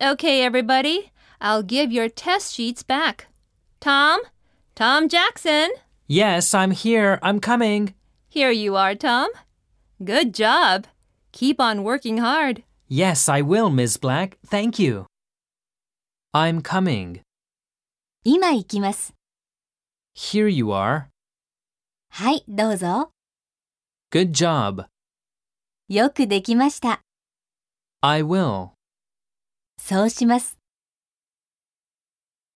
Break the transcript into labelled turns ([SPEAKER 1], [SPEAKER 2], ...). [SPEAKER 1] Okay, everybody, I'll give your test sheets back. Tom? Tom Jackson?
[SPEAKER 2] Yes, I'm here. I'm coming.
[SPEAKER 1] Here you are, Tom. Good job. Keep on working hard.
[SPEAKER 2] Yes, I will, Ms. Black. Thank you. I'm coming.
[SPEAKER 3] 今行きます。
[SPEAKER 2] Here you are.
[SPEAKER 3] はい、どうぞ。
[SPEAKER 2] Good job.
[SPEAKER 3] よくできました。
[SPEAKER 2] I will.
[SPEAKER 3] そうします。